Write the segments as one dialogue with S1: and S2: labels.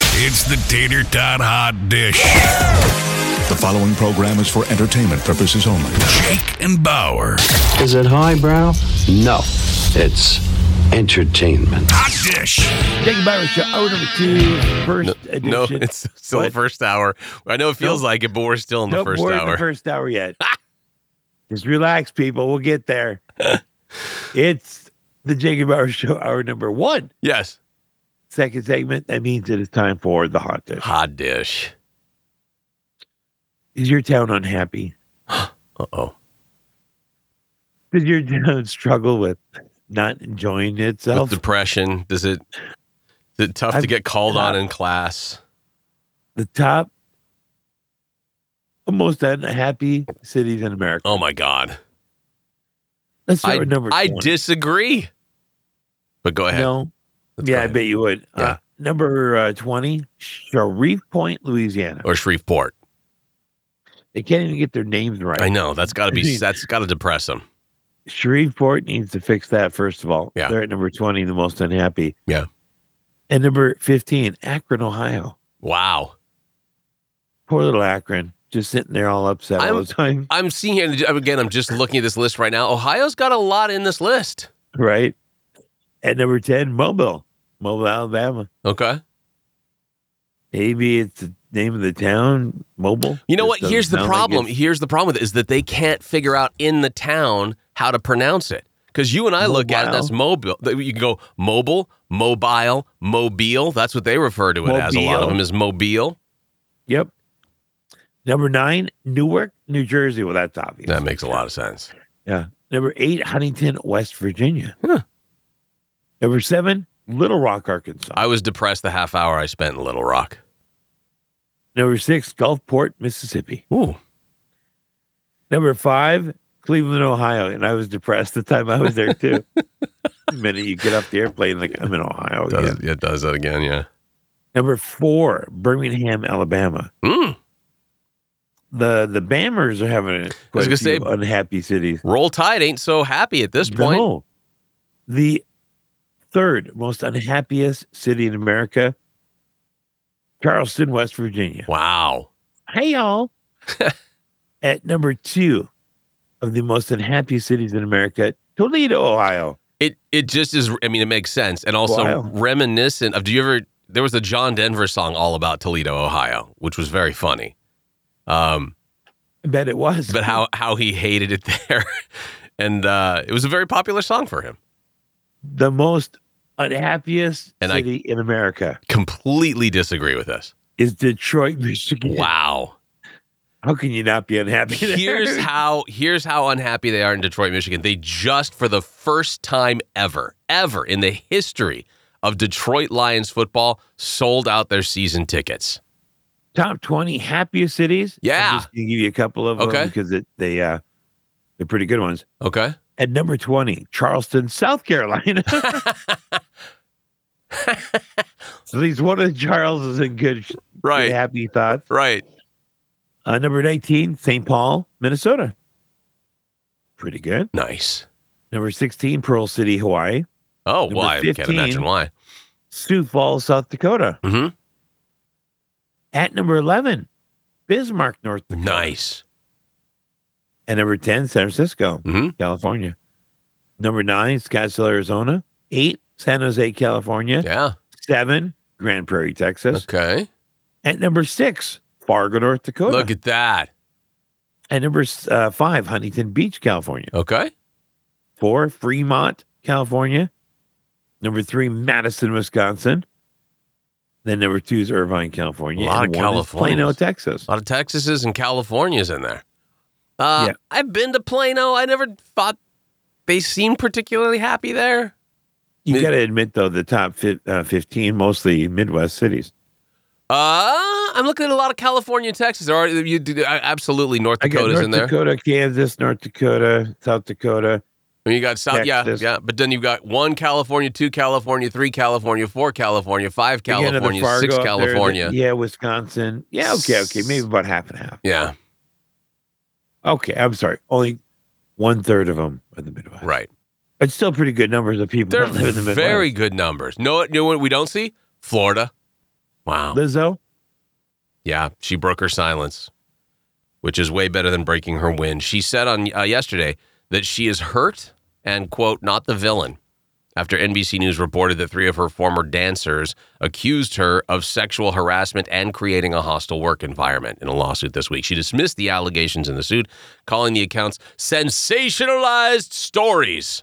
S1: It's the tater tot hot dish.
S2: The following program is for entertainment purposes only.
S1: Jake and Bauer.
S3: Is it highbrow?
S4: No, it's entertainment.
S1: Hot dish.
S5: Jake Byers, your order two first edition.
S6: No, it's still the
S5: What?
S6: first hour. I know it feels
S5: Nope.
S6: like it, but we're still in the
S5: Nope,
S6: first
S5: we're in
S6: hour.
S5: the first hour yet. Just relax, people. We'll get there. it's the Jacob Bauer Show, hour number one,
S6: yes.
S5: second segment. That means it is time for the hot dish.
S6: Hot dish.
S5: Is your town unhappy?
S6: Uh oh.
S5: Does your town struggle with not enjoying itself?
S6: Depression. Does it? Is it tough
S5: I've-
S6: to get called on
S5: uh,
S6: in class?
S5: the top most unhappy cities in America.
S6: Oh my God.
S5: Let's start
S6: I,
S5: with number
S6: I
S5: 20.
S6: disagree. But go ahead.
S5: No.
S6: Let's
S5: yeah,
S6: go
S5: I
S6: ahead.
S5: bet you would.
S6: Yeah.
S5: Uh, number uh, 20, Sharif Point, Louisiana.
S6: Or Shreveport.
S5: They can't even get their names right.
S6: I know that's got to be
S5: Indeed.
S6: that's got to depress them.
S5: Shreveport needs to fix that, first of all.
S6: Yeah.
S5: They're at number 20, the most unhappy.
S6: Yeah.
S5: And number 15, Akron, Ohio.
S6: Wow.
S5: Poor little Akron, just sitting there all upset all
S6: I'm-
S5: the time,
S6: I'm seeing here again. I'm just looking at this list right now. Ohio's got a lot in this list.
S5: right? At number 10, Mobile, Mobile, Alabama.
S6: Okay.
S5: Maybe it's the name of the town, Mobile.
S6: You know
S5: Just
S6: what?
S5: doesn't
S6: Here's the
S5: sound like
S6: problem.
S5: it.
S6: Here's the problem with it is that they can't figure out in the town how to pronounce it. Because you and I look at it, that's mobile. That You can go mobile, mobile, mobile. That's what they refer to it as. A lot of
S5: Mobile.
S6: them is mobile.
S5: Yep. Number nine, Newark, New Jersey. Well, that's obvious.
S6: That makes a lot of sense.
S5: Yeah. Number eight, Huntington, West Virginia.
S6: Huh.
S5: Number seven, Little Rock, Arkansas.
S6: I was depressed the half hour I spent in Little Rock.
S5: Number six, Gulfport, Mississippi.
S6: Ooh.
S5: Number five, Cleveland, Ohio. And I was depressed the time I was there too. the minute you get off the airplane, like I'm in Ohio.
S6: Does,
S5: Again.
S6: yeah, It does that again, yeah.
S5: Number four, Birmingham, Alabama.
S6: Mm.
S5: The the Bammers are having quite a few
S6: gonna say-
S5: unhappy cities.
S6: Roll Tide ain't so happy at this point.
S5: No. The third most unhappiest city in America, Charleston, West Virginia.
S6: Wow.
S5: Hey, y'all. At number two of the most unhappy cities in America, Toledo, Ohio.
S6: It it just is. I mean, it makes sense, and also
S5: Wow.
S6: reminiscent of. Do you ever? There was a John Denver song all about Toledo, Ohio, which was very funny. Um,
S5: I bet it was.
S6: but how how he hated it there, and uh, it was a very popular song for him.
S5: the most unhappiest
S6: And I-
S5: city in America
S6: Completely disagree with this.
S5: is Detroit, Michigan.
S6: Wow.
S5: How can you not be unhappy? there?
S6: Here's how here's how unhappy they are in Detroit, Michigan. They just for the first time ever, ever in the history of Detroit Lions football, sold out their season tickets.
S5: top 20 happiest cities.
S6: Yeah.
S5: I'm just going to give you a couple of
S6: Okay.
S5: them because it, they, uh, they're pretty good ones.
S6: Okay.
S5: At number 20, Charleston, South Carolina. At least one of the Charles is in good, good
S6: Right.
S5: happy thoughts.
S6: Right.
S5: Uh, number 19, St. Paul, Minnesota. Pretty good.
S6: Nice.
S5: Number 16, Pearl City, Hawaii.
S6: Oh,
S5: Number
S6: well, I can't
S5: 15.
S6: imagine why.
S5: Sioux Falls, South Dakota.
S6: hmm
S5: At number 11, Bismarck, North Dakota.
S6: Nice.
S5: And number 10, San Francisco,
S6: hmm
S5: California. Number 9, Scottsdale, Arizona. 8, San Jose, California.
S6: Yeah.
S5: 7, Grand Prairie, Texas.
S6: Okay.
S5: At number six, Fargo, North Dakota.
S6: Look at that.
S5: at number uh, five, Huntington Beach, California.
S6: Okay.
S5: Four, Fremont, California. Number three, Madison, Wisconsin. Then number two is Irvine, California.
S6: A lot
S5: and
S6: of
S5: one is Plano,
S6: Californias. Uh,
S5: Texas.
S6: A lot of Texases and Californias in there. Uh,
S5: Yeah.
S6: I've been to Plano. I never thought they seemed particularly happy there.
S5: You got to admit, though, the top fi- uh, 15, mostly Midwest cities.
S6: Uh, I'm looking at a lot of California and Texas. There are you, do- I- absolutely North
S5: I got
S6: Dakota's
S5: North
S6: in there.
S5: Dakota, Kansas, North Dakota, South Dakota.
S6: And you got South,
S5: Texas.
S6: yeah, yeah. But then you've got one California, two California, three California, four California, five
S5: You got another
S6: California,
S5: Fargo
S6: six
S5: up there,
S6: California.
S5: yeah, Wisconsin. Yeah, okay, okay. Maybe about half and half.
S6: yeah,
S5: Okay, I'm sorry. Only one third of them are the Midwest.
S6: right.
S5: It's still pretty good numbers of people
S6: They're
S5: that live in the Midwest.
S6: very good numbers. No, you know what we don't see? Florida. Wow.
S5: Lizzo.
S6: Yeah, she broke her silence, which is way better than breaking her win. She said on uh, yesterday that she is hurt and quote not the villain after NBC News reported that three of her former dancers accused her of sexual harassment and creating a hostile work environment in a lawsuit this week. She dismissed the allegations in the suit, calling the accounts sensationalized stories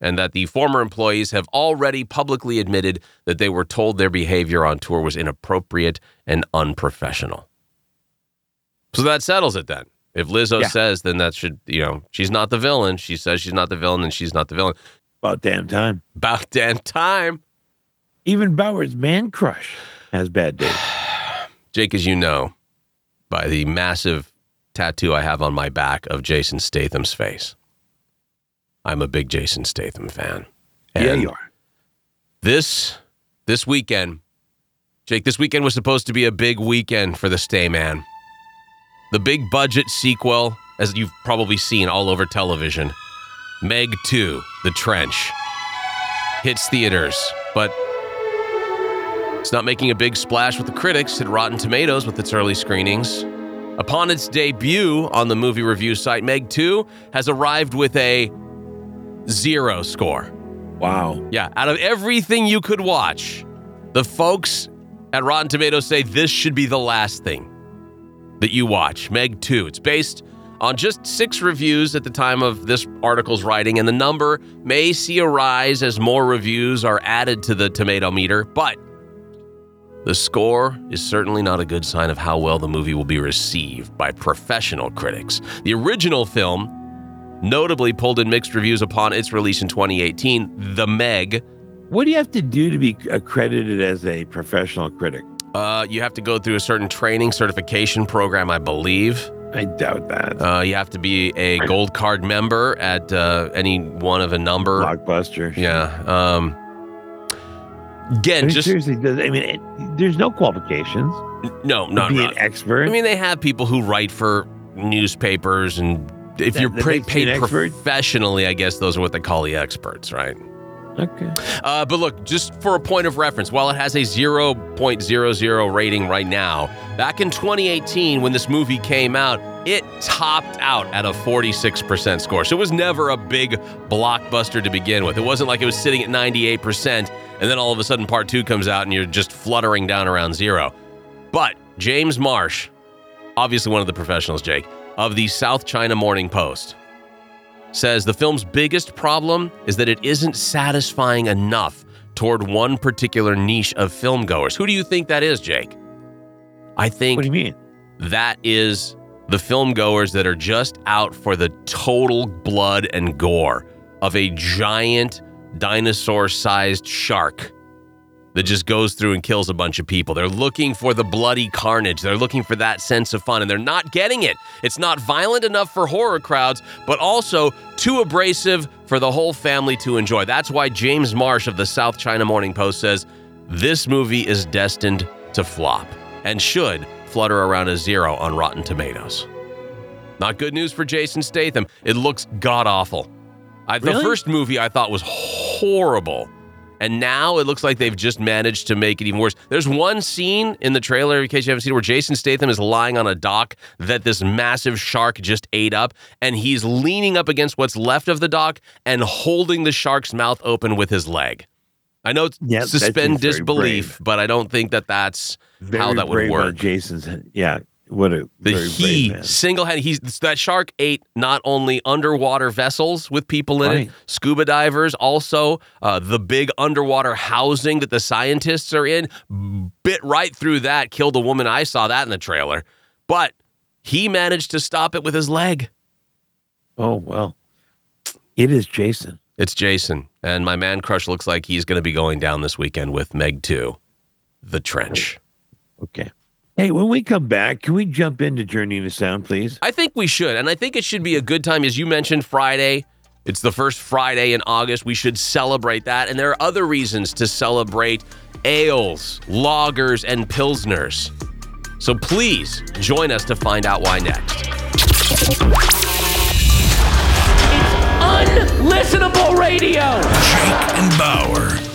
S6: and that the former employees have already publicly admitted that they were told their behavior on tour was inappropriate and unprofessional. So that settles it then. If Lizzo
S5: Yeah.
S6: says, then that should, you know, she's not the villain. She says she's not the villain, and she's not the villain.
S5: About damn time.
S6: About damn time.
S5: Even Bauer's man crush has bad days.
S6: Jake, as you know, by the massive tattoo I have on my back of Jason Statham's face, I'm a big Jason Statham fan.
S5: yeah,
S6: And
S5: you are.
S6: this this weekend jake this weekend was supposed to be a big weekend for the stay man the big budget sequel as you've probably seen all over television meg 2 the trench hits theaters but it's not making a big splash with the critics at rotten tomatoes with its early screenings upon its debut on the movie review site meg 2 has arrived with a zero score
S5: Wow.
S6: yeah, out of everything you could watch, the folks at Rotten Tomatoes say this should be the last thing that you watch. Meg 2. It's based on just six reviews at the time of this article's writing, and the number may see a rise as more reviews are added to the tomato meter, but the score is certainly not a good sign of how well the movie will be received by professional critics. The original film notably pulled in mixed reviews upon its release in 2018, The Meg.
S5: What do you have to do to be accredited as a professional critic?
S6: Uh, you have to go through a certain training certification program, I believe.
S5: I doubt that.
S6: Uh, you have to be a gold card member at uh, any one of a number.
S5: Blockbuster.
S6: Yeah. Um,
S5: I
S6: again,
S5: mean,
S6: just
S5: seriously, does, I mean, it, there's no qualifications.
S6: no,
S5: to
S6: no,
S5: be
S6: no.
S5: an expert.
S6: I mean, they have people who write for newspapers, and if
S5: That-
S6: you're
S5: that
S6: pra-
S5: makes you an
S6: paid
S5: expert?
S6: professionally, I guess those are what they call the experts, right?
S5: okay.
S6: Uh, but look, just for a point of reference, while it has a 0.00 rating right now, back in 2018, when this movie came out, it topped out at a 46% score. So it was never a big blockbuster to begin with. It wasn't like it was sitting at 98%, and then all of a sudden part two comes out and you're just fluttering down around zero. But James Marsh, obviously one of the professionals, Jake, of the South China Morning Post, says the film's biggest problem is that it isn't satisfying enough toward one particular niche of filmgoers. Who do you think that is, Jake? I think
S5: What do you mean?
S6: that is the filmgoers that are just out for the total blood and gore of a giant dinosaur sized shark that just goes through and kills a bunch of people. They're looking for the bloody carnage. They're looking for that sense of fun, and they're not getting it. It's not violent enough for horror crowds, but also too abrasive for the whole family to enjoy. That's why James Marsh of the South China Morning Post says this movie is destined to flop and should flutter around a zero on Rotten Tomatoes. Not good news for Jason Statham. It looks god awful. I, The
S5: Really?
S6: first movie I thought was horrible. And now it looks like they've just managed to make it even worse. There's one scene in the trailer, in case you haven't seen it, where Jason Statham is lying on a dock that this massive shark just ate up, and he's leaning up against what's left of the dock and holding the shark's mouth open with his leg. I know it's
S5: Yeah, that
S6: suspend
S5: seems very
S6: disbelief, but I don't think that that's how
S5: Very
S6: that would
S5: brave on
S6: work.
S5: Jason's. Yeah. What a
S6: The
S5: very brave
S6: he
S5: man.
S6: single handed he's that shark ate not only underwater vessels with people in
S5: Right.
S6: it, scuba divers, also uh, the big underwater housing that the scientists are in, bit right through that, killed a woman. I saw that in the trailer, but he managed to stop it with his leg.
S5: Oh well, it is Jason.
S6: It's Jason, and my man crush looks like he's going to be going down this weekend with Meg 2, The Trench.
S5: Okay. Hey, when we come back, can we jump into Journey into Sound, please?
S6: I think we should, and I think it should be a good time. As you mentioned, Friday, it's the first Friday in August. We should celebrate that, and there are other reasons to celebrate ales, lagers, and pilsners. So please join us to find out why next.
S3: Unlistenable radio.
S1: Jake and Bauer.